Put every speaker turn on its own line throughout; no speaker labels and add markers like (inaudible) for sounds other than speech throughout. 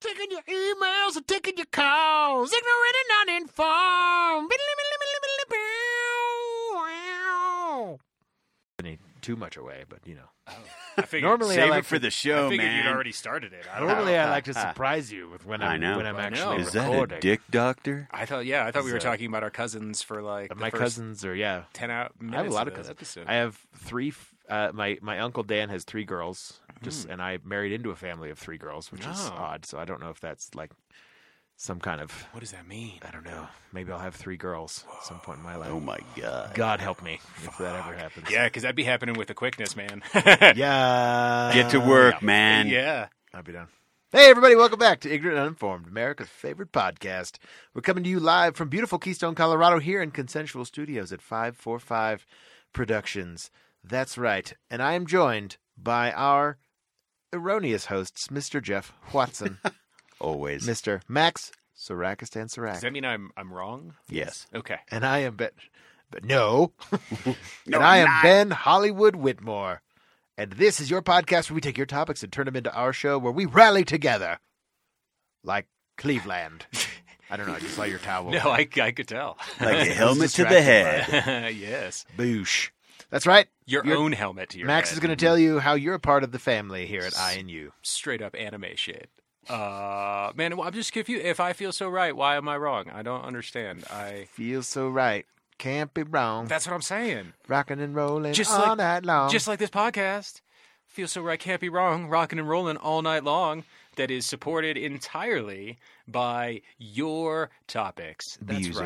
taking your emails and taking your calls. Ignorant and uninformed. Too much away, but you know. (laughs)
I figured,
Normally, I
save
like
it for
to-
the show,
I figured
man.
you'd already started it. I don't know.
Normally, I like to surprise you with when
I
I'm
know.
when I'm
I
actually
know.
Is that
recording.
a dick doctor?
I thought, yeah, I thought we were
So-
talking about our cousins for like the
My
first
cousins are yeah.
ten out.
I have a
minutes
lot of
this
cousins.
episode.
I have three. f- Uh, my my uncle Dan has three girls, just and I married into a family of three girls, which is
Oh.
odd. So I don't know if that's like some kind of
what does that mean?
I don't know. Maybe I'll have three girls at some point in my life.
Oh my god.
God help me if that ever happens.
Yeah, because that'd be happening with the quickness, man. (laughs)
Uh, yeah.
Get to work, man.
yeah.
I'll be done. Hey, everybody, welcome back to Ignorant Uninformed, America's favorite podcast. We're coming to you live from beautiful Keystone, Colorado, here in Consensual Studios at 545 Productions. That's right. And I am joined by our erroneous hosts, Mr. Jeff
(laughs)
Watson,
Always.
Mr. Max Sarakistan
Does
Sarak.
that mean I'm I'm wrong?
yes.
Okay.
and I am Ben. But
(laughs)
no. (laughs)
No,
and I am
not.
Ben Hollywood Whitmore. And this is your podcast where we take your topics and turn them into our show where we rally together. Like Cleveland.
(laughs)
I don't know. I just saw your towel.
No, I, I could tell. (laughs)
Like a helmet to the
distracted
head.
yes.
Boosh. That's right.
Your,
Your-
own helmet to your
Max
head.
is going to tell you how you're a part of the family here at INU.
straight up anime shit. Uh, man, well, I'm just confused. If I feel so right, why am I wrong? I don't understand. I.
Feels so right. Can't be wrong.
That's what I'm saying.
Rocking and rolling
Just
all
like-
night long.
Just like this podcast, feel so right can't be wrong. Rocking and rolling all night long. That is supported entirely by your topics. That's
Abusers.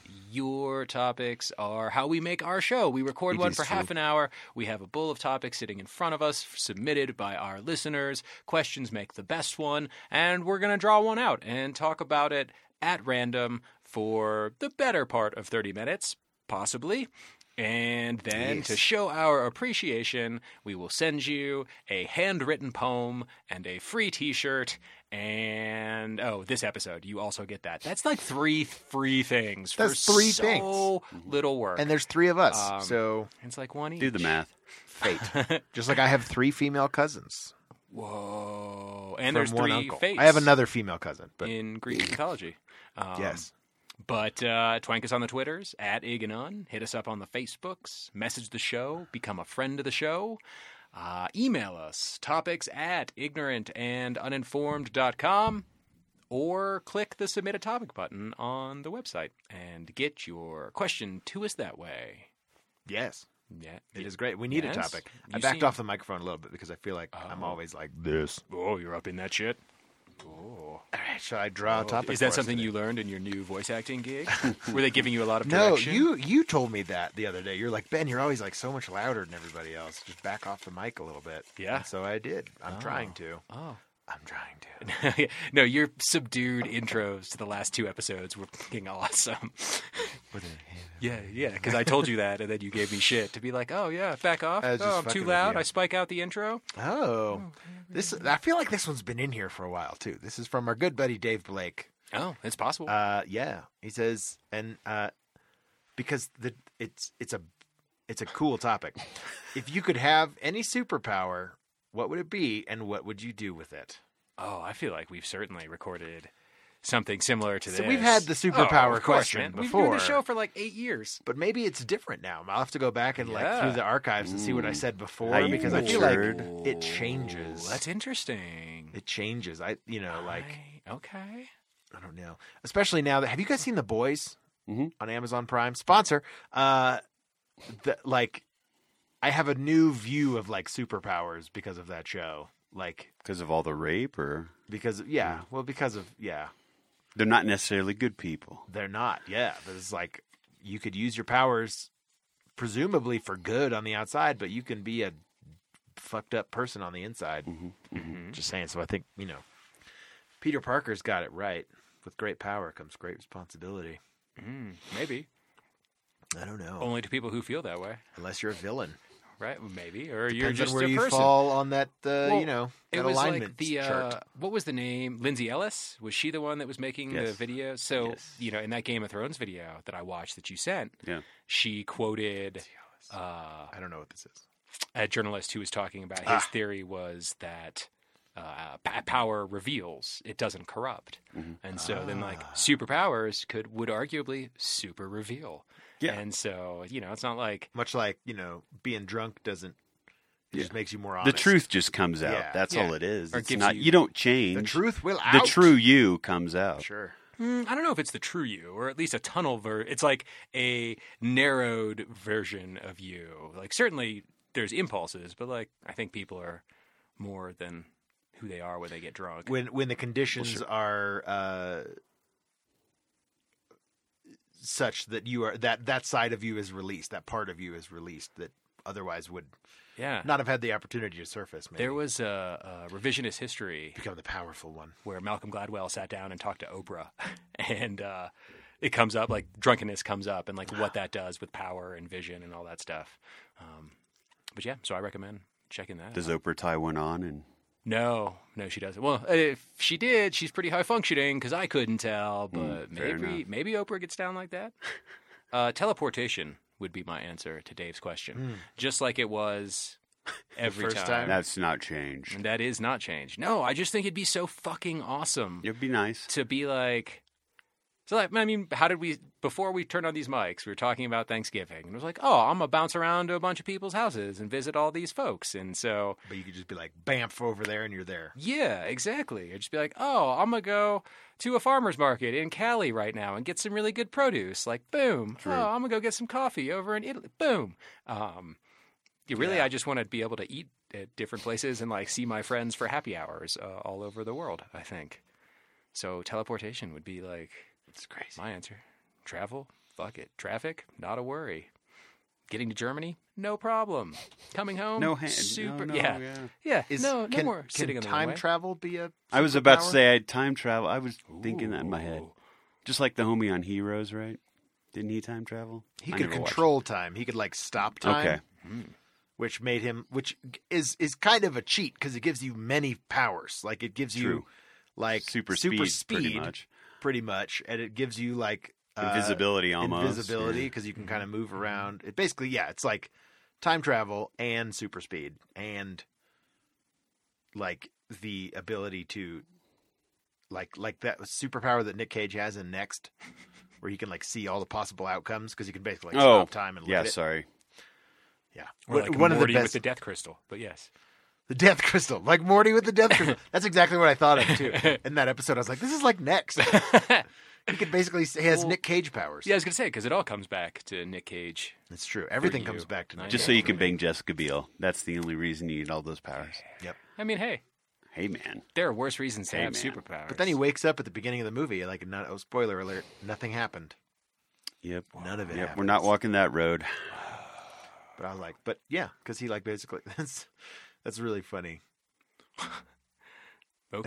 right. Your topics are how we make our show. We record
It
one
is
for half
true.
an hour. We have a bowl of topics sitting in front of us, submitted by our listeners. Questions make the best one, and we're going to draw one out and talk about it at random for the better part of 30 minutes, possibly. And then to show our appreciation, we will send you a handwritten poem and a free t shirt. And oh, this episode, you also get that. That's like three free things.
That's
for
three
so
things.
little work.
and there's three of us.
Um,
so
it's like one each.
Mm-hmm. Do the math.
fate. just like I have three female cousins.
Whoa.
from
And there's
one
three
uncle.
fates.
I have another female cousin, but
in Greek mythology. Um,
yes.
But uh, twank us on the Twitters at Iganon. Hit us up on the Facebooks. Message the show. Become a friend of the show. Uh, email us topics at ignorantanduninformed.com or click the submit a topic button on the website and get your question to us that way.
Yes,
Yeah.
it is great. We need
Yes.
a topic. I
You
backed
seem-
off the microphone a little bit because I feel like I'm always like this.
Oh, you're up in that shit. Oh.
All right, shall I draw a topic?
Is that
for us
something
today?
you learned in your new voice acting gig? (laughs) Were they giving you a lot of
No,
direction?
you you told me that the other day. You're like Ben. You're always like so much louder than everybody else. Just back off the mic a little bit.
Yeah.
And so I did. I'm trying to.
Oh. (laughs)
I'm trying to.
no, your subdued intros to the last two episodes were fucking awesome. (laughs) yeah, yeah, because I told you that, and then you gave me shit to be like, "Oh yeah, back off.
I was
Oh,
just
I'm
fucking
too
with
loud.
you.
I spike out the intro."
Oh, this. I feel like this one's been in here for a while too. This is from our good buddy Dave Blake.
Oh, it's possible.
Uh, yeah, he says, and uh, because the it's it's a it's a cool topic. if you could have any superpower, what would it be, and what would you do with it?
oh, I feel like we've certainly recorded something similar to
So
this.
we've had the
Oh,
superpower
of course,
question
man. We've been doing
before.
the show for like eight years.
But maybe it's different now. I'll have to go back and like through
Yeah.
the archives and see what I said before
How you've
because I feel
matured.
like it changes.
Ooh, that's interesting.
it changes. I you know like
I- okay.
I don't know. Especially now that have you guys seen The Boys
Mhm.
on Amazon Prime sponsor? Uh, the, like, I have a new view of like superpowers because of that show. Like,
Because of all the rape, or
because yeah, well, because of yeah,
they're not necessarily good people.
they're not. Yeah, there's like you could use your powers presumably for good on the outside, but you can be a fucked up person on the inside. Just saying. So I think you know, Peter Parker's got it right. With great power comes great responsibility.
Mm, maybe
I don't know.
only to people who feel that way,
unless you're a villain.
right? Maybe, or you're
Depends on
just
where
a
you
person.
fall on that, uh,
Well,
you know, that
it was
alignment
like the
chart.
Uh, what was the name? Lindsay Ellis was she the one that was making the
Yes.
video? So
Yes.
you know, in that Game of Thrones video that I watched that you sent,
Yeah.
she quoted uh,
I don't know what this is. Ah.
a journalist who was talking about his theory was that uh, p- power reveals; it doesn't corrupt.
Mm-hmm.
And so then, like
Ah.
superpowers could would arguably super reveal.
Yeah.
And so you know, it's not like
Much like you know, being drunk doesn't. It just makes you more
The
honest.
truth just comes out.
Yeah.
That's
Yeah.
all it is.
Or
It's
gives
not
you-
you, don't change.
The truth will
The
out.
true you comes out.
Sure.
Mm, I don't know if it's the true you, or at least a tunnel ver. It's like a narrowed version of you. Like certainly there's impulses, but like I think people are more than who they are when they get drunk.
When when the conditions are uh, such that you are that that side of you is released, that part of you is released that otherwise would
yeah,
not have had the opportunity to surface. Maybe
there was a, a revisionist history
become the powerful one.
where Malcolm Gladwell sat down and talked to Oprah, (laughs) and uh, it comes up like drunkenness comes up and like what that does with power and vision and all that stuff. Um, but yeah, so I recommend checking that. out.
Does Oprah tie one on and
No, no, she doesn't. Well, uh, if she did, she's pretty high functioning because I couldn't tell. But
Mm, fair
maybe,
enough.
maybe Oprah gets down like that. uh, teleportation would be my answer to Dave's question, just like it was every
first
time.
time?
that's not changed.
Mm.
And that is not changed. No, I just think it'd be so fucking awesome
It'd be nice.
to be like so like, i mean how did we before we turned on these mics we were talking about thanksgiving and it was like oh i'm gonna bounce around to a bunch of people's houses and visit all these folks and so
But you could just be like, bamf over there, and you're there.
yeah exactly it'd just be like oh i'm gonna go to a farmer's market in cali right now and get some really good produce like boom oh i'm gonna go get some coffee over in italy boom um you really i just want to be able to eat at different places and like see my friends for happy hours uh, all over the world i think so teleportation would be like
It's crazy.
my answer travel, fuck it. Traffic, not a worry. Getting to Germany, no problem. Coming home,
No hand.
super.
no, no,
yeah. yeah,
yeah.
Is,
no, no
can,
more
can
sitting on the
time
runway.
travel be a?
I was about to
superpower?
say I would time travel. I was thinking that in my head.
Ooh.
Just like the homie on Heroes, right? Didn't he time travel?
He
I
could
never watched.
control time. He could like stop time. hmm,
Okay.
Which made him, which is is kind of a cheat because it gives you many powers. Like it gives you
True.
like
Super,
super uh,
speed, pretty much.
pretty much, and it gives you like uh,
Invisibility almost.
invisibility
yeah.
because you can kind of move around. It basically, yeah, it's like time travel and super speed and like the ability to like like that superpower that Nick Cage has in Next, where he can like see all the possible outcomes because you can basically like,
Oh,
stop time and look
yeah,
at it.
sorry.
Yeah,
Or
One-
like
one
Morty
of the best,
with the
the,
death crystal. But (laughs) yes,
Death Crystal, like Morty with the Death Crystal. That's exactly what I thought of too. In that episode, I was like, this is like Next. he could basically he has
Well,
Nick Cage powers.
yeah, I was gonna say because it all comes back to Nick Cage.
it's true. Everything
you.
comes back to
I
Nick.
Just
Cage.
so you can bang Jessica Biel. That's the only reason you need all those powers.
Yep.
I mean, hey,
Hey, man.
there are worse reasons to
Hey,
have
man.
superpowers.
But then he wakes up at the beginning of the movie, like, not, oh, spoiler alert, nothing happened.
Yep.
None of it
Yep.
happened.
We're not walking that road.
But I was like, but yeah, because he, like, basically, (laughs) that's that's really funny.
okay.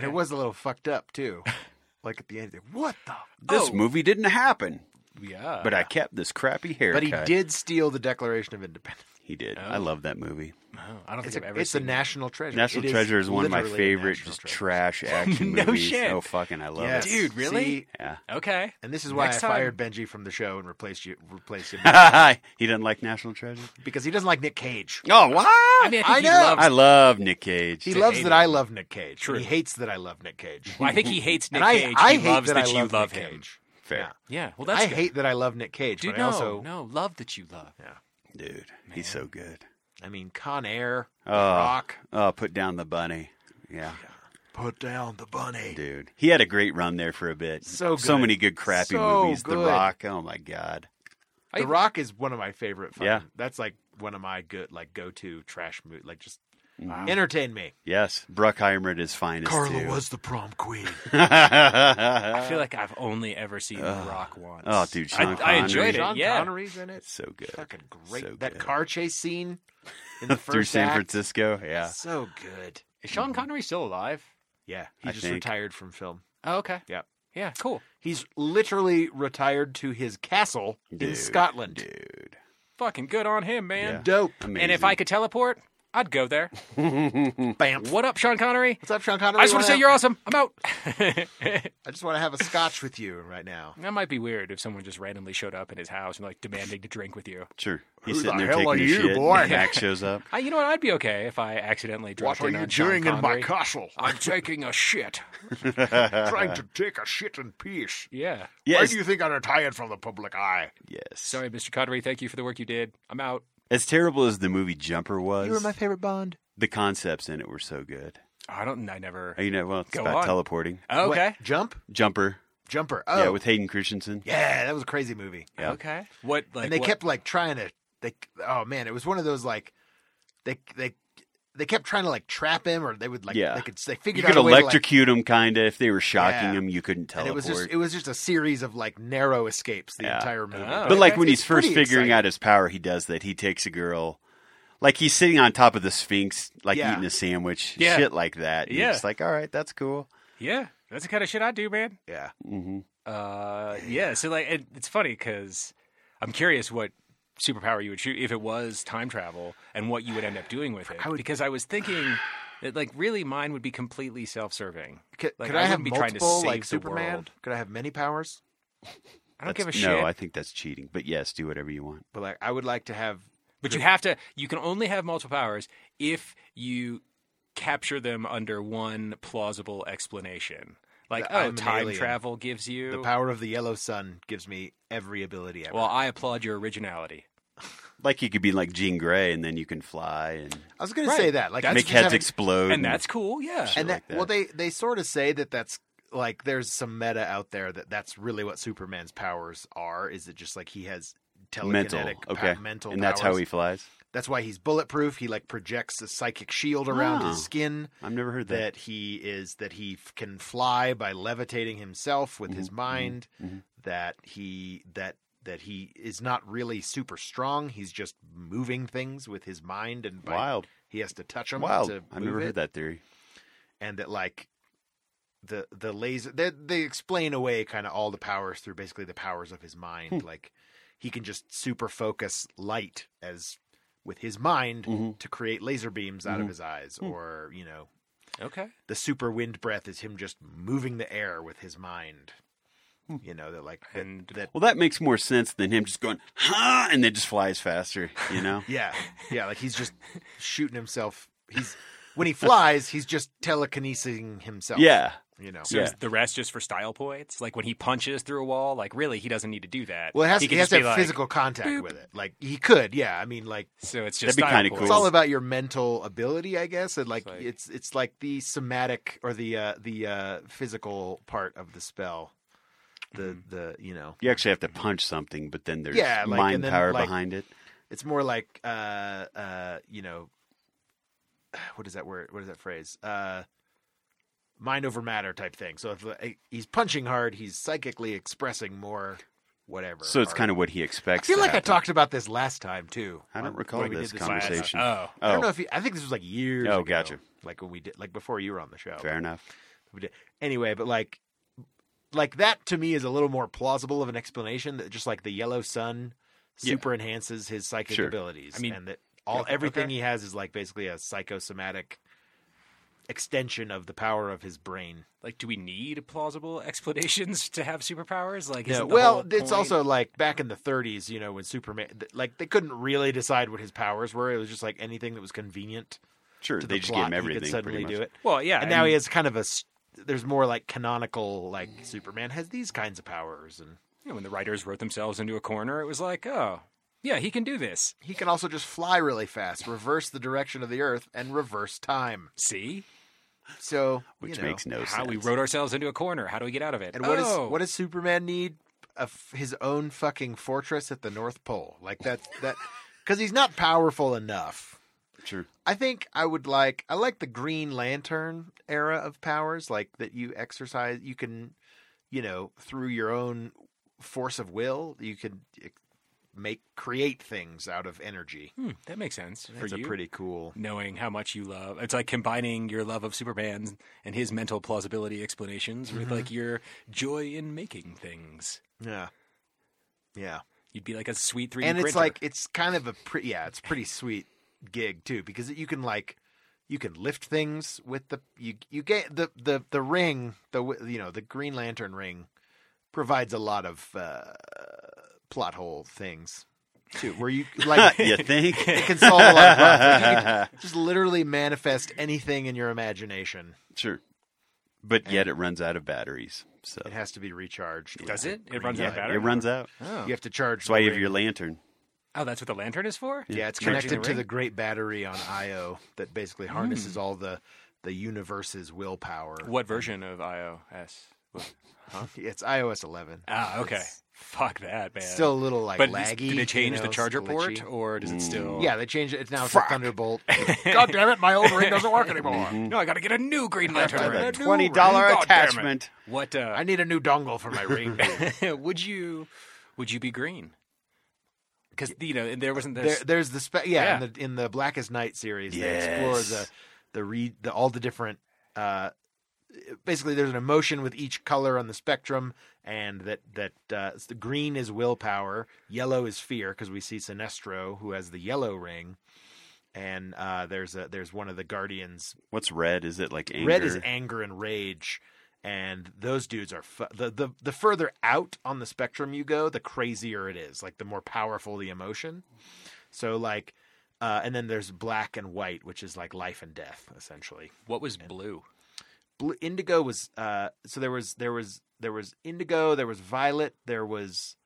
And it was a little fucked up, too. (laughs) like, at the end, he's like, what the?
This
Oh.
movie didn't happen,
yeah,
uh,
but I kept this crappy haircut.
Uh-huh. But he did steal the Declaration of Independence.
He did. I love that movie.
Oh, I don't think
It's
I've
a,
ever
it's a
seen that.
national treasure.
National
It
Treasure is one of my
literally a
favorite
national
just
treasure. (laughs)
trash action
No
movies.
shit.
So fucking I love
Yes.
it.
Dude, really?
See?
Yeah.
Okay,
And this is why
Next
I
time-
fired Benji from the show and replaced you, replaced him
(laughs) he doesn't like National Treasure.
because he doesn't like Nick Cage.
Oh wow!
I
I,
mean, I
I
think he
know.
loves.
love Nick Cage.
He
To
loves
hate
that
him.
I love Nick Cage.
True.
He hates that I love Nick Cage.
Well, I think he hates Nick
and I,
Cage.
I
he
hate
loves
that, I
you
love,
love
Nick
him.
Cage.
Fair,
Yeah.
Yeah, well, that's
I
good.
hate that I love Nick Cage,
Dude,
but
no,
I also,
no, love that you love.
dude. He's so good.
I mean, Con Air,
Oh,
Rock,
oh, put down the bunny. Yeah,
put down the bunny.
dude. He had a great run there for a bit.
So
so
good.
many good crappy
So
movies. The
good.
Rock. Oh my god.
The
I-
Rock is one of my favorite. Fucking,
Yeah.
that's like one of my good, like go-to trash movies. Like just entertain me.
Yes, Bruckheimer at his finest. too. (laughs)
the prom queen.
I
Uh,
feel like I've only ever seen The Rock once.
oh, dude.
I,
Sean
I enjoyed
Connery.
it.
Sean
Yeah,
Connery's in it.
So good.
Fucking great.
So
that
good.
car chase scene
(laughs)
in the first
through San
act.
Francisco. Yeah.
So good.
is Sean Connery still alive?
Yeah, he
I
just
think.
retired from film.
Oh, okay.
Yeah.
Yeah, cool.
He's literally retired to his castle in
Dude,
Scotland.
dude.
Fucking good on him, man.
Yeah.
Dope.
Amazing.
And if I could teleport, I'd go there.
(laughs)
Bam.
What up, Sean Connery?
What's up, Sean Connery?
I just want to say you're awesome. I'm (laughs) out.
I just want to have a scotch with you right now.
that might be weird if someone just randomly showed up in his house and like demanding to drink with you.
Sure. He's
Who
sitting
the
there
hell
taking
are
a
you,
shit.
boy?
And Max
(laughs)
shows up.
I, you know what? I'd be okay if I accidentally dropped in on Sean
(laughs)
Connery.
castle?
I'm taking a shit.
trying to take a shit in peace.
Yeah.
Yes.
think I retired from the public eye?
yes.
Sorry, Mr. Connery. Thank you for the work you did. I'm out.
As terrible as the movie Jumper was,
You were my favorite Bond.
the concepts in it were so good.
Oh, I don't. I never.
Oh, You know, well, it's
Go
about
on.
teleporting.
Okay.
What, jump?
Jumper.
Jumper. Oh.
Yeah, with Hayden Christensen.
Yeah, that was a crazy movie.
Yeah.
Okay. What? Like,
and they
what-
kept like trying to they oh man, it was one of those like they they they kept trying to like trap him or they would like
Yeah.
they could they
You
figured
could
out a way to, like,
electrocute him, kind of. If they were shocking
Yeah.
him, you couldn't
and it
teleport.
was just it was just a series of like narrow escapes the
Yeah.
entire movie.
Oh.
But like
It's-
when he's
it's
first
pretty
figuring
exciting.
out his power, he does that. He takes a girl, like he's sitting on top of the Sphinx, like
Yeah.
eating a sandwich,
Yeah.
shit like that. And
Yeah.
you're just like, all right, that's cool.
Yeah. That's the kind of shit I do, man.
Yeah.
hmm
Uh, yeah. So like, it, it's funny because I'm curious what superpower you would choose if it was time travel and what you would end up doing with it.
I would-
because I was thinking that like really mine would be completely self-serving.
Could,
Like,
could I,
I
have
wouldn't be trying to
multiple
save
like
the
Superman?
world.
Could I have many powers?
I don't give a
no,
shit.
I think that's cheating. But yes, do whatever you want.
But like I would like to have
But you have to. You can only have multiple powers if you capture them under one plausible explanation. Like,
That I'm
oh,
an
time
alien.
travel gives you.
the power of the yellow sun gives me every ability ever.
well, I applaud your originality.
Like you could be like Jean Grey, and then you can fly and
I was going
Right.
to say that like
That's
make
just
heads
having-
explode.
And that's cool, yeah.
shit
and that,
like that.
well they they sort of say that that's like there's some meta out there that that's really what superman's powers are is it just like he has
mental,
telekinetic pow-
okay,
mental
and that's how
powers.
he flies.
that's why he's bulletproof he like projects a psychic shield around
Oh.
his skin
I've never heard that.
that he is that he f- can fly by levitating himself with his mind
mhm.
that he that that he is not really super strong he's just moving things with his mind and by,
Wild,
he has to touch them
wild.
to
I've
move
never
it
heard that theory.
and that like the the laser they they explain away kind of all the powers through basically the powers of his mind
Hmm.
like he can just super focus light as with his mind
Mhm.
to create laser beams out of
Mhm.
his eyes or you know
Okay.
the super wind breath is him just moving the air with his mind you know that like that,
And- (laughs)
that
Well, that makes more sense than him just going huh, and then just flies faster. You
(laughs)
know,
yeah yeah like he's
(laughs)
just shooting himself he's when he flies he's just telekinesing himself
yeah.
you know
So is
Yeah.
the rest just for style points? Like when he punches through a wall, like really he doesn't need to do that.
Well, it has,
he
he
can
has
just
to
be
have
like-
physical contact
boop.
with it. Like he could, yeah. I mean, like
So it's just
That'd be
style
kinda
points.
it's all about your mental ability, I guess, and like it's
It's like-
it's, like the somatic or the uh, the uh, physical part of the spell. The
Mm-hmm.
the you know
You actually have to punch something, but then there's
Yeah, like,
mind
and then,
power
like-
behind it.
it's more like uh uh you know (sighs) what is that word? What is that phrase? Uh, mind over matter type thing. So if uh, he's punching hard, he's psychically expressing more. Whatever.
So it's kind of what he
I
expects.
feel
to
like I
happen.
talked about this last time too.
I don't
on-
recall
when we
this
did
Last-
last-
conversation.
Oh,
I don't know
Oh,
if you, I think this was like years.
Oh,
ago,
gotcha.
Like when we did, like before you were on the show.
fair enough.
We did- Anyway, but like, like that to me is a little more plausible of an explanation that just like the yellow sun
Yeah.
super enhances his psychic
Sure.
abilities.
I mean-
and that all
Okay.
everything he has is like basically a psychosomatic extension of the power of his brain.
like do we need plausible explanations to have superpowers? Like isn't the
well,
whole
it's
point-
also like back in the 30s, you know, when Superman, th- like they couldn't really decide what his powers were. It was just like anything that was convenient
Sure,
to
they
the
just
plot.
gave him
he
everything.
could suddenly
pretty much.
do it.
well, yeah.
and now he has kind of a s- there's more like canonical like superman has these kinds of powers and
you know, when the writers wrote themselves into a corner, it was like, oh, yeah, he can do this.
he can also just fly really fast reverse the direction of the earth and reverse time
See
so you
which
know.
makes no
how
sense.
we wrote ourselves into a corner. How do we get out of it?
and what is
oh,
what does superman need a f his own fucking fortress at the north pole like that that because he's not powerful enough
(laughs) Sure.
I think I would like I like the Green Lantern era of powers, like that you exercise you can, you know, through your own force of will, you could eh, make create things out of energy.
hmm, that makes sense for
That's a
you.
pretty cool.
knowing how much you love. It's like combining your love of Superman and his mental plausibility explanations with like your joy in making things.
Yeah. Yeah.
You'd be like a sweet 3D
and it's
printer.
like it's kind of a pretty yeah, it's pretty sweet gig too because you can like you can lift things with the you you get the the the ring the w- you know the Green Lantern ring provides a lot of uh, plot hole things too where you
(laughs)
like
you think?
(laughs) it can solve a lot of problems. Like, you can just literally manifest anything in your imagination.
(laughs) sure. But yet it runs out of batteries. So
It has to be recharged.
Does it? It runs out
yeah,
of battery.
it runs out.
Oh.
You have to charge.
That's why
the
you have
ring.
your lantern.
oh, that's what the lantern is for.
Yeah, it's
Charging the
connected to
ring. Hmm.
the great battery on Io that basically harnesses all the the universe's willpower.
What version of iOS?
It's iOS 11.
Ah, okay. Fuck that, man.
Still a little like
but
laggy.
Did
you
it change
know,
the charger
glitchy.
port, or does it still?
Yeah, they changed it. It's now it's a
Fuck. (laughs)
Thunderbolt.
God damn it, my old ring doesn't work anymore. No, I got to get a new Green Lantern
Got
ring.
a
new Oh,
twenty
ring.
dollar
God damn it.
attachment.
What? Uh,
(laughs) I need a new dongle for my
(laughs)
ring.
would you? Would you be green? Because you know, there wasn't
there,
this.
there's the spe- yeah,
Yeah.
In, the, in the Blackest Night series they explore
Yes.
the the read the all the different uh basically there's an emotion with each color on the spectrum and that that uh it's the green is willpower yellow is fear because we see sinestro who has the yellow ring and uh there's a there's one of the guardians
What's red? Is it like anger?
Red is anger and rage, and those dudes are fu- the the the further out on the spectrum you go, the crazier it is. Like the more powerful the emotion. So like, uh, and then there's black and white, which is like life and death essentially.
What was blue?
Blue, indigo was uh, so there was there was there was indigo, there was violet, there was,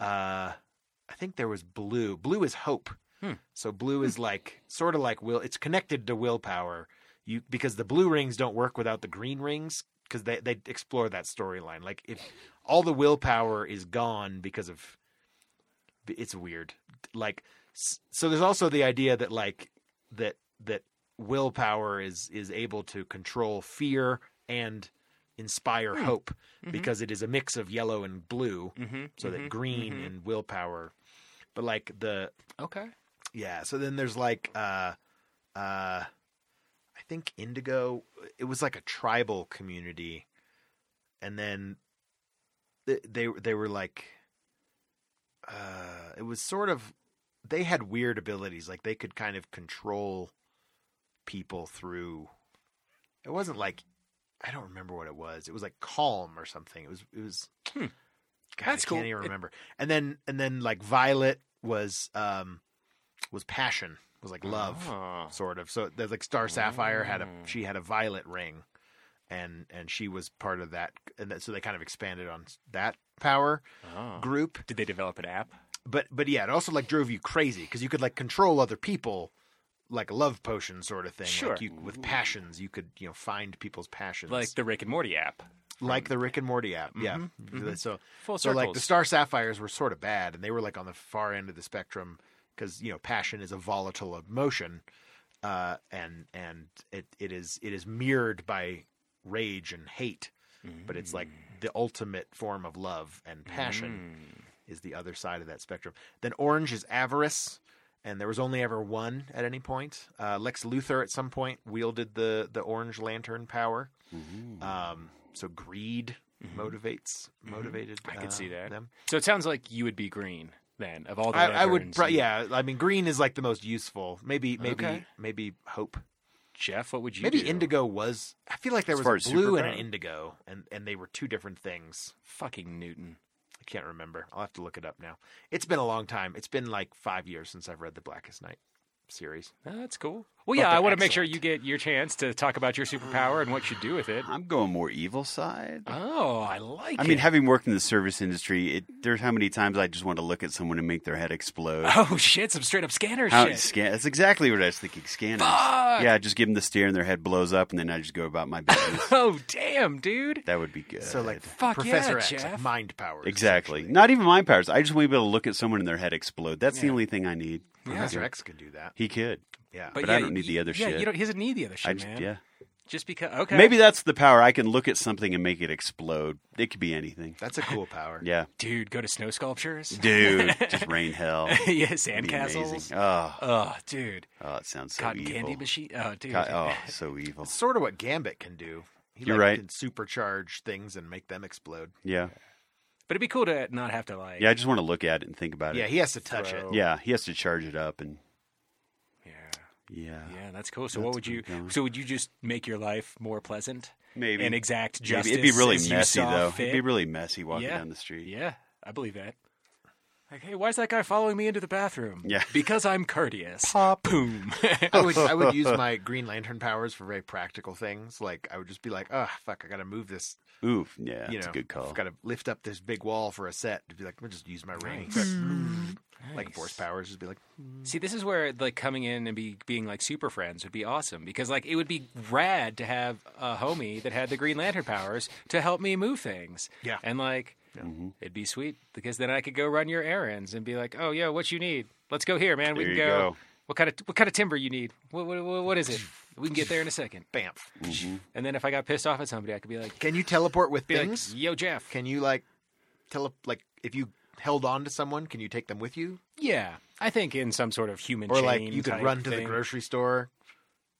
uh, I think there was blue. Blue is hope.
Hmm.
So blue is like sort of like will. It's connected to willpower. You because the blue rings don't work without the green rings because they they explore that storyline. Like if all the willpower is gone because of, it's weird. Like s- so, there's also the idea that like that that willpower is is able to control fear and inspire
Hmm.
hope because it is a mix of yellow and blue
Mm-hmm.
so that green and willpower but like the
Okay.
yeah so then there's like uh uh i think indigo it was like a tribal community and then they they, they were like uh it was sort of they had weird abilities like they could kind of control people through it wasn't like i don't remember what it was it was like calm or something it was it was
Hmm.
God,
That's
I
cool.
can't even
It-
remember and then and then like violet was um was passion was like love
Ah.
sort of so there's like star sapphire had a
Mm.
she had a violet ring and and she was part of that and that, so they kind of expanded on that power
Ah.
group
Did they develop an app?
but but yeah, it also like drove you crazy because you could like control other people, like a love potion sort of thing.
Sure.
Like you, with passions, you could you know find people's passions,
Like the Rick and Morty app.
like the Rick and Morty app. Yeah, Mm-hmm. so
Mm-hmm. Full
so like the
circles.
Star Sapphires were sort of bad, and they were like on the far end of the spectrum because you know passion is a volatile emotion, uh, and and it, it is it is mirrored by rage and hate, but it's like
Mm.
the ultimate form of love and passion is the other side of that spectrum. Then orange is avarice. And there was only ever one at any point. Uh, Lex Luthor at some point wielded the the orange lantern power. Um, so greed motivates motivated.
Mm-hmm. I could
uh,
see that.
Them.
So it sounds like you would be green then of all the.
I, I would.
lanterns
Pro-
you-
yeah, I mean, green is like the most useful. Maybe, maybe,
Okay.
maybe hope.
Jeff, what would you?
Maybe
do?
indigo was. I feel like there
As
was
far
a
as
blue and an
superpower.
indigo, and and they were two different things.
Fucking Newton.
I can't remember. I'll have to look it up now. It's been a long time. It's been like five years since I've read the Blackest Night series.
Oh, that's cool. Well, yeah,
they're
I want to make sure you
excellent.
get your chance to talk about your superpower and what you do with it.
I'm going more evil side.
Oh, I like
I
it.
mean, having worked in the service industry, it, there's how many times I just want to look at someone and make their head explode.
oh shit, some straight up scanner
How,
shit.
scan, that's exactly what I was thinking. Scanners.
Fuck!
Yeah, I just give them the stare and their head blows up, and then I just go about my
(laughs)
business.
Oh damn, dude.
that would be good.
So like
Fuck yeah,
Professor X, like
Jeff.
mind powers.
exactly.
essentially.
Not even mind powers. I just want to be able to look at someone and their head explode. That's the only thing I need.
Professor X can do that.
He could.
Yeah.
But I don't need the other
yeah,
shit.
you don't. He doesn't need the other shit,
I just,
man.
yeah.
Just because. Okay.
Maybe that's the power. I can look at something and make it explode. It could be anything.
that's a cool power.
Yeah.
Dude, go to snow
(laughs)
sculptures.
Dude, just
(laughs)
rain hell.
yeah,
It'd be
sandcastles.
amazing. Oh,
Oh, dude.
oh, it sounds so
Cotton
evil.
candy machine. Oh, dude.
Co- oh,
(laughs)
so evil.
It's sort of what Gambit can do. He
You're
like,
right.
Can supercharge things and make them explode.
Yeah.
But it'd be cool to not have to like.
Yeah, I just want to look at it and think about
Yeah,
it.
he has to touch
Throw.
it.
Yeah, he has to charge it up and
Yeah.
Yeah.
Yeah, that's cool. So what
That's
would you?
pretty cool.
So would you just make your life more pleasant
Maybe.
and exact
Maybe.
justice?
It'd be really
as you
messy,
saw
though.
fit?
It'd be really messy walking
Yeah.
down the street.
yeah, I believe that. Like, hey, why is that guy following me into the bathroom?
Yeah.
because I'm courteous. Boom. (laughs)
I would I would
(laughs)
use my Green Lantern powers for very practical things. Like I would just be like, oh fuck, I gotta move this.
Ooh, yeah, that's
you know,
a good call.
I've gotta lift up this big wall for a set. To be like, we'll just use my ring.
Nice.
(laughs) Like
Nice.
force powers, just be like,
See, this is where like coming in and be being like super friends would be awesome because like it would be rad to have a homie that had the Green Lantern powers to help me move things.
Yeah. Mm-hmm.
and like it'd be sweet because then I could go run your errands and be like, oh yo, what you need? Let's go here, man. we
There
can
you
go.
go.
What kind of what kind of timber you need? What what, what, what is it? We can get there in a second.
bamf.
Mm-hmm.
And then if I got pissed off at somebody, I could be like,
Can you teleport with
be like,
things?
yo, Jeff.
Can you like tele like if you held on to someone, can you take them with you?
yeah, I think in some sort of human
Or
chain
like you could
type
run to the
thing.
grocery store,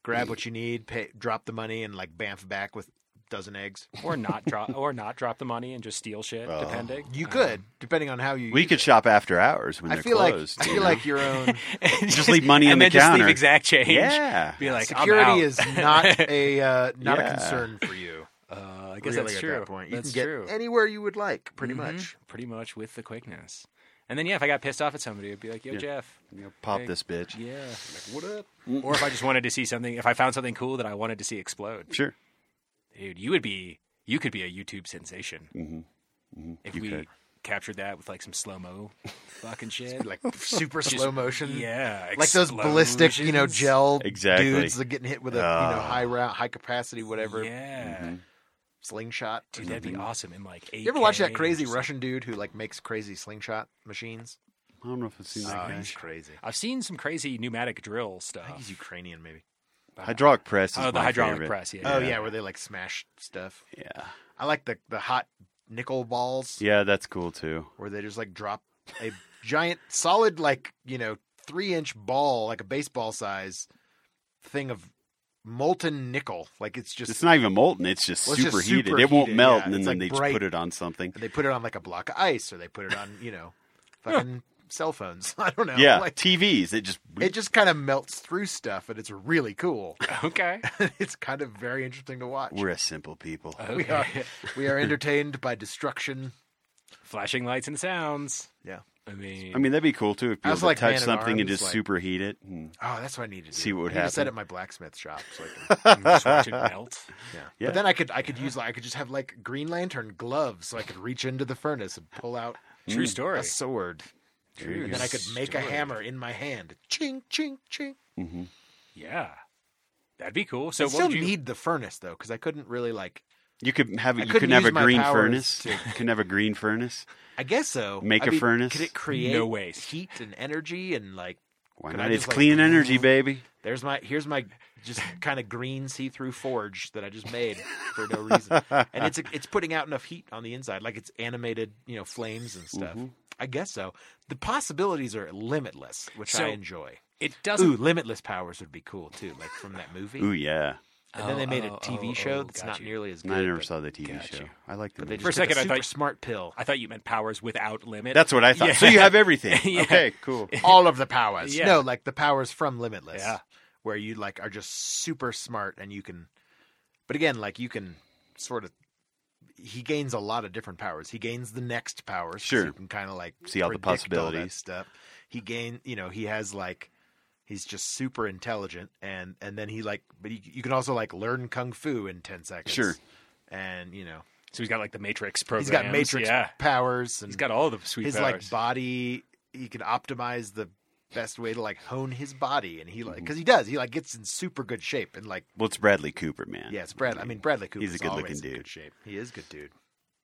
grab what you need, pay, drop the money, and like bamf back with a dozen eggs. (laughs)
or not drop or not drop the money and just steal shit,
Oh.
depending.
You could, depending on how you.
we
use
could shop after hours when
it. I
they're
feel
closed.
like I
you
feel
know? (laughs)
like your own
just leave money
(laughs)
on
and
the
then just
counter.
leave exact change.
Yeah.
Be like I'm out.
security is not a uh, not a
Yeah.
concern for
(laughs)
you.
Uh, I guess
really
that's
at
true.
that point, you
that's
can get
true.
anywhere you would like, pretty
Mhm.
much.
Pretty much with the quickness. And then yeah, if I got pissed off at somebody, it'd be like, "Yo,
Yeah.
Jeff."
You know, Pop
Hey.
this bitch.
Yeah. what up?
Mm.
Or if I just wanted to see something, if I found something cool that I wanted to see explode,
Sure.
dude, you would be, you could be a YouTube sensation if
Mm-hmm. You
we
could.
captured that with like some slow mo,
(laughs)
fucking shit. (laughs)
Like super slow motion.
yeah,
(laughs) Like those ballistic, you know,
explosions.
gel
Exactly.
dudes that getting hit with a you know
Ah.
high round, high capacity, whatever
Yeah,
Mm-hmm.
slingshot.
dude, E that'd be awesome. In like, 8
You ever watch that crazy Russian dude who like makes crazy slingshot machines?
I don't know if I've seen
Oh,
that guy.
crazy.
I've seen some crazy pneumatic drill
I think
stuff.
he's Ukrainian, maybe.
Hydraulic press. Is
Oh, the
my
hydraulic
favorite.
press, yeah.
Oh yeah, where they like smash stuff.
yeah,
I like the the hot nickel balls
yeah. That's cool too.
where they just like drop a giant solid like you know three inch ball like a baseball size thing of molten nickel. Like it's just
It's not even molten. It's just
Well, it's just
superheated. it
superheated,
won't melt,
yeah.
and then
It's like
they
bright.
just put it on something.
they put it on like a block of ice or they put it on you
(laughs)
know fucking cell phones. (laughs) I don't know.
yeah,
Like,
TVs. It just
it just kind of melts through stuff and it's really cool. (laughs)
okay.
it's kind of very interesting to watch.
we're a simple people.
we
okay.
are we are entertained by destruction.
(laughs) Flashing lights and sounds.
Yeah.
I mean,
I mean, that'd be cool too if
I
you were
was
to
like Man
touch
at
something and
Arms,
just
like-
superheat it. and-
Oh, that's what I need to do.
See what would
I need to set
happen.
up my blacksmith shop. So I can,
just watch it melt.
yeah.
Yeah.
But then I could I could use like I could just have like Green Lantern gloves so I could reach into the furnace and pull out
True story.
a sword.
True.
And Hmm, then I could make a hammer in my hand. Ching ching ching.
Mm-hmm.
Yeah, that'd be cool. So
I
what
still
would you?
need the furnace though because I couldn't really like
You could have.
I
You
couldn't
couldn't have
use
a
my
green
powers
furnace.
to-
You couldn't have a green furnace.
I guess so.
Make
I
a
mean,
furnace?
Could it create
No waste.
heat and energy and like
Why
Could I
not?
just,
It's
like, (laughs)
clean energy, baby.
There's my here's my
(laughs)
just kind of green see through forge that I just made for no reason, and it's it's putting out enough heat on the inside, like it's animated, you know, flames and stuff.
Mm-hmm.
I guess so. The possibilities are limitless, which
So-
I enjoy.
It doesn't.
Ooh, limitless powers would be cool too, like from that movie.
Ooh yeah.
And then they made a
Oh, oh,
TV
oh,
show
oh,
that's
got
not
you.
nearly as good.
I never
but-
saw the TV
got
show.
you.
I like the
But they just
movie.
For a
took
second, I
super
thought-
smart pill.
I thought you meant powers without limit.
(laughs)
That's what I thought.
Yeah.
So you have everything.
Yeah.
Okay, cool.
All of the powers.
Yeah.
No, like the powers from Limitless.
Yeah.
Where you like are just super smart and you can but again, like you can sort of he gains a lot of different powers. He gains the next powers. so
Sure.
you can kind of like
See all the
predict that
possibilities.
stuff. He gain, you know, he has like he's just super intelligent and and then he like but you, you can also like learn kung fu in 10 seconds.
Sure.
And you know,
So he's got like the Matrix program.
he's got matrix
Yeah,
powers and
he's got all the sweet
his
powers.
like body he can optimize the best way to like hone his body and he like
Mm-hmm.
because he does he like gets in super good shape and like
Well, it's Bradley Cooper, man.
yeah it's brad i mean bradley cooper
He's a good-looking dude.
good shape he is good dude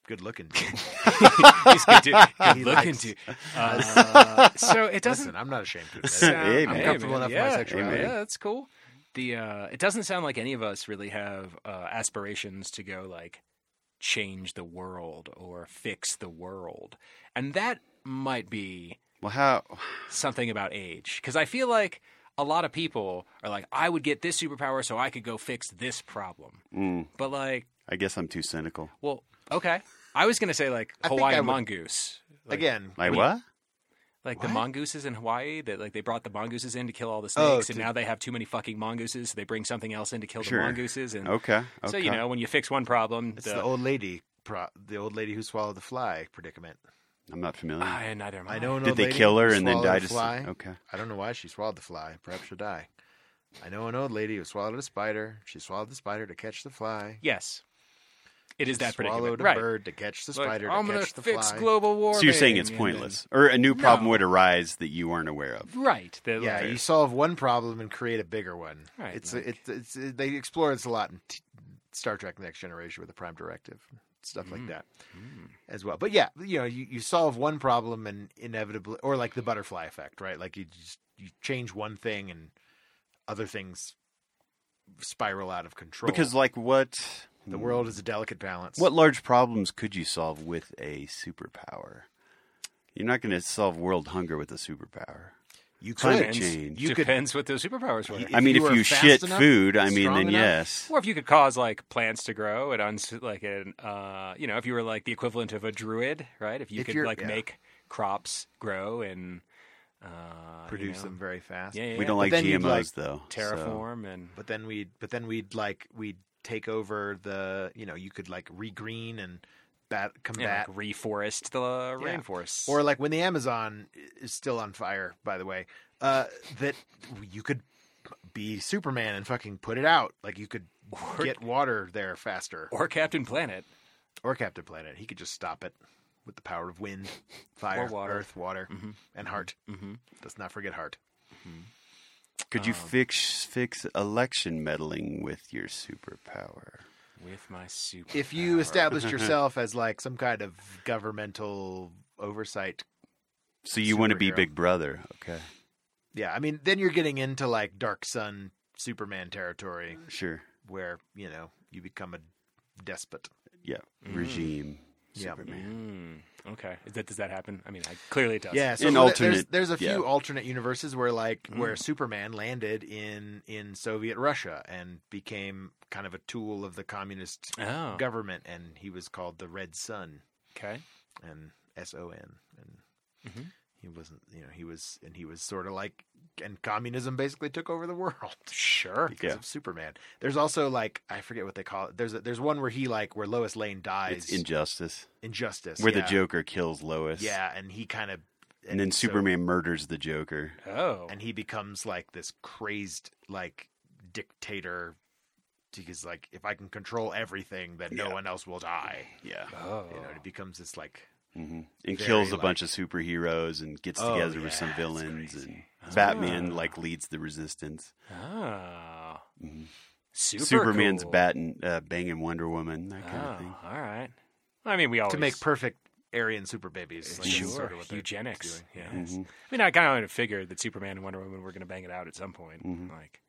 good looking
(laughs)
dude
(laughs) He's
(laughs)
good to, good
He
looking
likes-
to.
(laughs)
Uh, so it doesn't.
listen i'm not ashamed to
(laughs)
admit
sound-
it
Hey,
i'm
man.
comfortable
man.
enough
yeah,
in my sexuality
Hey,
Yeah, that's cool. The uh, it doesn't sound like any of us really have uh, aspirations to go like change the world or fix the world, and that might be
Well, how?
something about age because I feel like a lot of people are like, I would get this superpower so I could go fix this problem,
Mm,
but like,
I guess I'm too cynical.
well, okay. I was gonna say like
I think I
Hawaiian
would-
mongoose. Like,
again
Like
we-
what?
Like the
What?
mongooses in Hawaii, that like they brought the mongooses in to kill all the
Oh,
snakes, and
to-
now they have too many fucking mongooses, so they bring something else in to kill
Sure.
the mongooses. And
Okay. okay.
so you know, when you fix one problem,
It's
the,
the, old lady, pro- the old lady who swallowed the fly predicament.
I'm not familiar.
Ah, and neither am I.
I know an
Oh, Did
old
they
lady
kill her
who
and then
swallowed a
die to?
fly.
Okay.
I don't know why she swallowed the fly. Perhaps she'll die. I know an old lady who swallowed a spider. She swallowed the spider to catch the fly.
Yes, it is
She
that
swallowed
predicament,
a
right?
bird to catch the
Like,
spider
I'm
to
gonna
catch the
fix
fly.
global warming.
So you're saying it's
and then-
pointless, or a new problem
No.
would arise that you weren't aware of.
right? that,
yeah,
Mm.
like-
you solve one problem and create a bigger one.
Right,
It's
like-
it's, it's they explore this a lot in t- Star Trek: Next Generation with the Prime Directive, stuff
Mm.
like that as well. But yeah, you know, you, you solve one problem and inevitably, or like the butterfly effect, right? Like you just you change one thing and other things spiral out of control.
Because, like, what
the world is a delicate balance.
What large problems could you solve with a superpower? You're not going to solve world hunger with a superpower.
you
climate
could
change.
you could
depends what those superpowers were.
Y-
I mean,
you
if
are
you
fast
shit
enough,
food, I mean,
strong
then
enough,
yes.
Or if you could cause like plants to grow and uns like an uh you know if you were like the equivalent of a druid, right? If you
If
could
you're-
like
yeah.
make crops grow and uh, you
produce
know,
them very fast.
Yeah, yeah,
We
yeah.
don't
But
like
then you'd
GMOs,
like
though. so-
terraform and
but then we'd but then we'd like we'd take over the you know you could like regreen and bat
you know,
combat
like reforest the rainforests.
or like when the amazon i- is still on fire by the way uh that you could be superman and fucking put it out like you could
Or-
get water there faster
or Captain Planet.
or captain planet he could just stop it with the power of
(laughs)
wind fire
water.
earth water and heart
Mm-hmm.
let's not forget heart
Could
um,
you fix fix election meddling with your superpower?
With my super.
if you
(laughs)
established yourself as like some kind of governmental oversight
So you want to be
Superhero.
Big Brother, okay?
Yeah, I mean, then you're getting into like Dark Sun Superman territory
Sure,
where, you know, you become a despot.
yeah. Regime
Mm. Yeah.
Superman.
Mm, okay, Is that, does that happen? I mean, I, clearly it does.
Yeah, so
An
there-
alternate-
there's, there's a few
yeah. Mm-hmm.
alternate universes where like where Superman landed in in Soviet Russia and became kind of a tool of the communist
Oh,
Uh-huh.
government and he was called the Red Sun
okay.
and S O N and
Mm-hmm.
Mhm.
he wasn't, you know, he was and he was sort of like and communism basically took over the world. (laughs)
Sure.
because
Yeah.
of Superman. There's also like I forget what they call it. There's a, there's one where he like where Lois Lane dies
It's injustice.
injustice
Where
yeah.
the Joker kills Lois.
Yeah, and he kind of
And then
so-
Superman murders the Joker.
Oh,
and he becomes like this crazed like dictator because like if I can control everything, then no
Yeah.
one else will die.
Yeah.
oh,
You know, and it becomes this like
hmm And
Very,
kills a
like-
bunch of superheroes and gets
Oh,
together
yeah,
with some
it's
villains.
crazy. Oh,
And Batman
Ah.
like leads the resistance.
oh.
Mm-hmm.
Mhm.
Super
Superman's
cool.
batting, uh, banging Wonder Woman, that kind of
Oh,
thing.
all right. I mean,
Oh,
we always
to make perfect Aryan super babies. Like, that's
sure
sort of what they're
eugenics.
doing. Mm-hmm.
Yes.
Mhm.
I mean, I kind of figured that Superman and Wonder Woman were going to bang it out at some point.
Mm-hmm.
Mhm.
Like,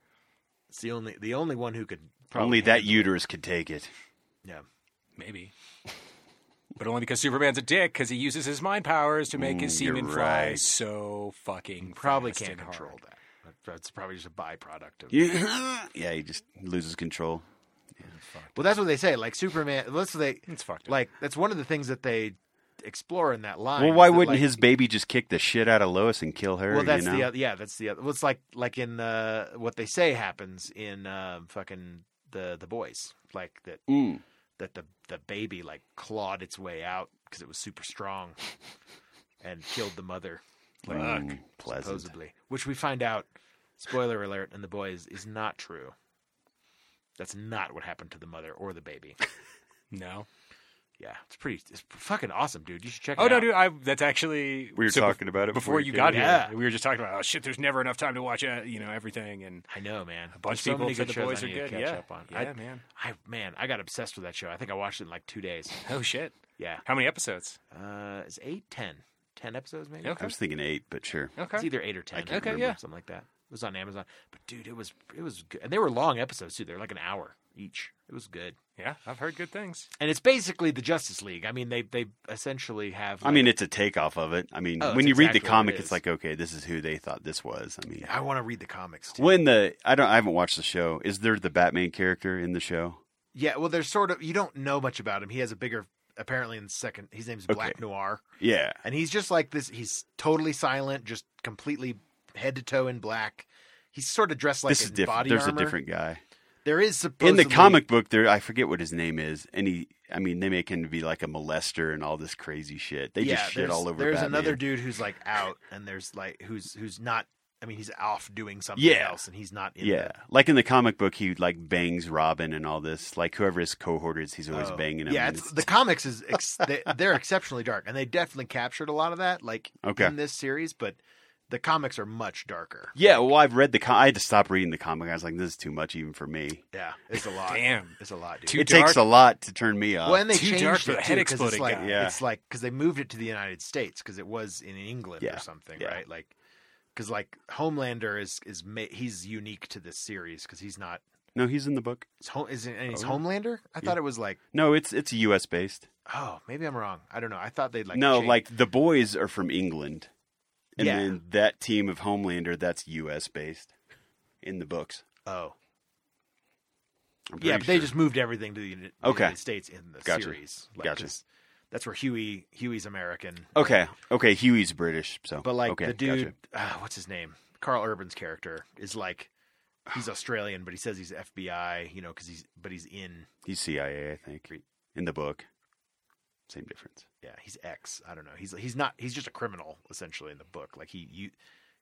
It's the only the only one who could probably
Only that
handle it.
uterus could take it. (laughs)
Yeah.
maybe, but only because Superman's a dick because he uses his mind powers to make his
Mm, you're
semen fly
right.
so fucking.
Probably
fast
can't
and hard.
control that. That- That's probably just a byproduct of
Yeah, yeah he just loses control.
Well, that's what they say. Like Superman, that's what they
It's fucked. Up.
like. That's one of the things that they explore in that line.
Well, why
is that,
wouldn't
like-
his baby just kick the shit out of Lois and kill her?
Well, that's
you know?
the other. Yeah, that's the other. Well, it's like like in uh, what they say happens in uh, fucking the the boys. Like that
Mm.
that the the baby like clawed its way out because it was super strong and killed the mother. Like
Mm, pleasant.
supposedly, which we find out. Spoiler alert! In the boys is not true. That's not what happened to the mother or the
(laughs)
baby.
no.
Yeah, it's pretty. It's fucking awesome, dude. You should check it
Oh
out.
no, dude! I, that's actually
We were
so bef-
talking about it
before you
came
got
in.
here.
Yeah.
We were just talking about oh shit, there's never enough time to watch uh, you know everything and
I know, man.
a bunch
There's so
of people
many
said
good
the
shows
boys
I
are
need to
good.
catch
yeah,
up on.
yeah, man.
I, I man, I got obsessed with that show. I think I watched it in like two days.
Oh shit!
Yeah,
How many episodes?
uh, it's eight, ten, ten episodes maybe.
Okay.
I was thinking eight, but sure.
Okay.
It's either eight or ten.
can't
Okay, remember. yeah.
something like that. It was on Amazon, but dude, it was it was good, and they were long episodes too. They're like an hour each. It was good,
Yeah, I've heard good things.
and it's basically the Justice League. I mean, they they essentially have.
I
like-
mean, it's a takeoff of it. I mean,
Oh,
when
it's
you
exactly
read the
what it
comic, it's
is.
like, okay, this is who they thought this was. I mean,
I want to read the comics. Too.
when the I don't I haven't watched the show. Is there the Batman character in the show?
Yeah, well, there's sort of you don't know much about him. He has a bigger apparently in the second. His name's
Okay.
Black Noir,
Yeah.
and he's just like this. He's totally silent, just completely head to toe in black. He's sort of dressed like
this
in
is different.
body
There's
armor.
a different guy.
There is supposedly
In the comic book, there I forget what his name is, and he. I mean, they make him be like a molester and all this crazy shit. They
yeah,
just shit
there's-
all over.
There's
Batman.
another dude who's like out, and there's like who's who's not. I mean, he's off doing something
Yeah.
else, and he's not. In
Yeah, like in the comic book, he like bangs Robin and all this. Like whoever his cohort is, he's
the-
always
Oh.
banging him.
Yeah,
and
it's, the comics is ex- (laughs) they, they're exceptionally dark, and they definitely captured a lot of that, like
Okay.
in this series. But the comics are much darker.
yeah. Well, I've read the. Com- I had to stop reading the comic. I was like, this is too much even for me.
Yeah, it's a lot.
Damn.
it's a lot, dude.
Too
it
dark.
takes a lot to turn me off.
well, and they
too
changed
dark
it
for
too,
the head
'cause
exploding
it's like
guy.
Yeah.
it's like because they moved it to the United States because it was in England
Yeah.
or something,
Yeah.
right? Like because like Homelander is is ma- he's unique to this series because he's not.
no, he's in the book.
It's home, is it, and he's
Oh.
Homelander. I thought it was like
No, it's it's U.S. based.
oh maybe I'm wrong. I don't know. I thought they'd like
no,
change-
like the boys are from England, and
Yeah.
then that team of Homelander that's U.S. based in the books.
oh
I'm
yeah,
pretty
but they
sure.
just moved everything to the Uni- the
Okay.
United States in the
Gotcha.
series.
Gotcha.
'cause That's where Huey Huey's American.
okay. Okay, Huey's British, so
But like
okay,
the
gotcha.
dude, uh, what's his name? Carl Urban's character is like
(sighs)
he's Australian, but he says he's FBI, you know, because he's but he's in
he's CIA, I think, in the book. Same difference.
yeah he's ex. I don't know. He's he's not he's just a criminal essentially in the book. Like he you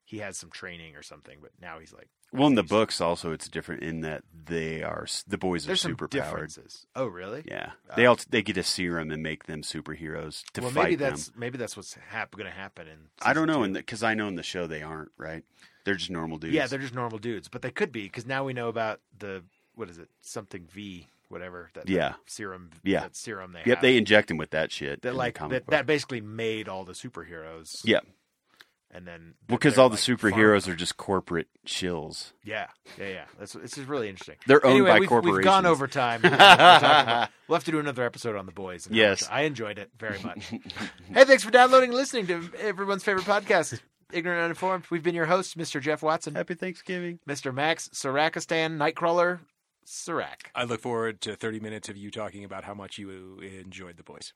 he has some training or something, but now he's like
Well, in the books, also, it's different in that they are s- the boys
there's
are
some
super powered.
differences. Oh really?
Yeah, they all they get a serum and make them superheroes to
well,
fight
maybe that's
them.
maybe that's what's hap- going to happen. In
I
season
don't know,
two.
in because I know in the show they aren't right. They're just normal dudes.
Yeah, they're just normal dudes, but they could be because now we know about the what is it something V whatever that
Yeah.
serum
Yeah.
that serum they
yep.
have.
They inject him with that shit.
that
in the
like
comic
that,
book.
that basically made all the superheroes.
Yeah.
and then
Well, because
they're,
all the
like,
superheroes
farm-
are just corporate shills.
yeah, yeah, yeah. That's it's just really interesting.
They're owned
anyway,
by
we've,
corporations.
We've gone over time. We're talking
(laughs)
about- we'll have to do another episode on the boys. and how
Yes.
much I enjoyed it very
(laughs)
much. hey, thanks for downloading and listening to everyone's favorite podcast, Ignorant Uninformed. We've been your hosts, Mr. Jeff Watson,
Happy Thanksgiving.
Mr. Max Sarakistan, Nightcrawler, Sarak.
I look forward to 30 minutes of you talking about how much you enjoyed The Boys.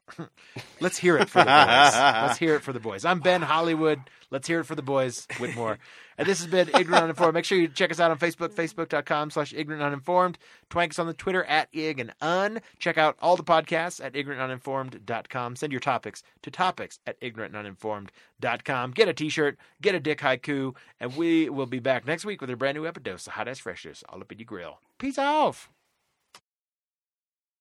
Let's hear it for the boys. Let's hear it for the boys. I'm Ben Hollywood. Let's hear it for the boys, Whitmore. and this has been Ignorant Uninformed. Make sure you check us out on Facebook, facebook.com slash ignorant uninformed. Twank us on the Twitter at ig and un. Check out all the podcasts at ignorantuninformed.com. Send your topics to topics at ignorantuninformed.com. Get a t-shirt, get a dick haiku, and we will be back next week with a brand new epidose of hot ass freshness all up in your grill. Peace off.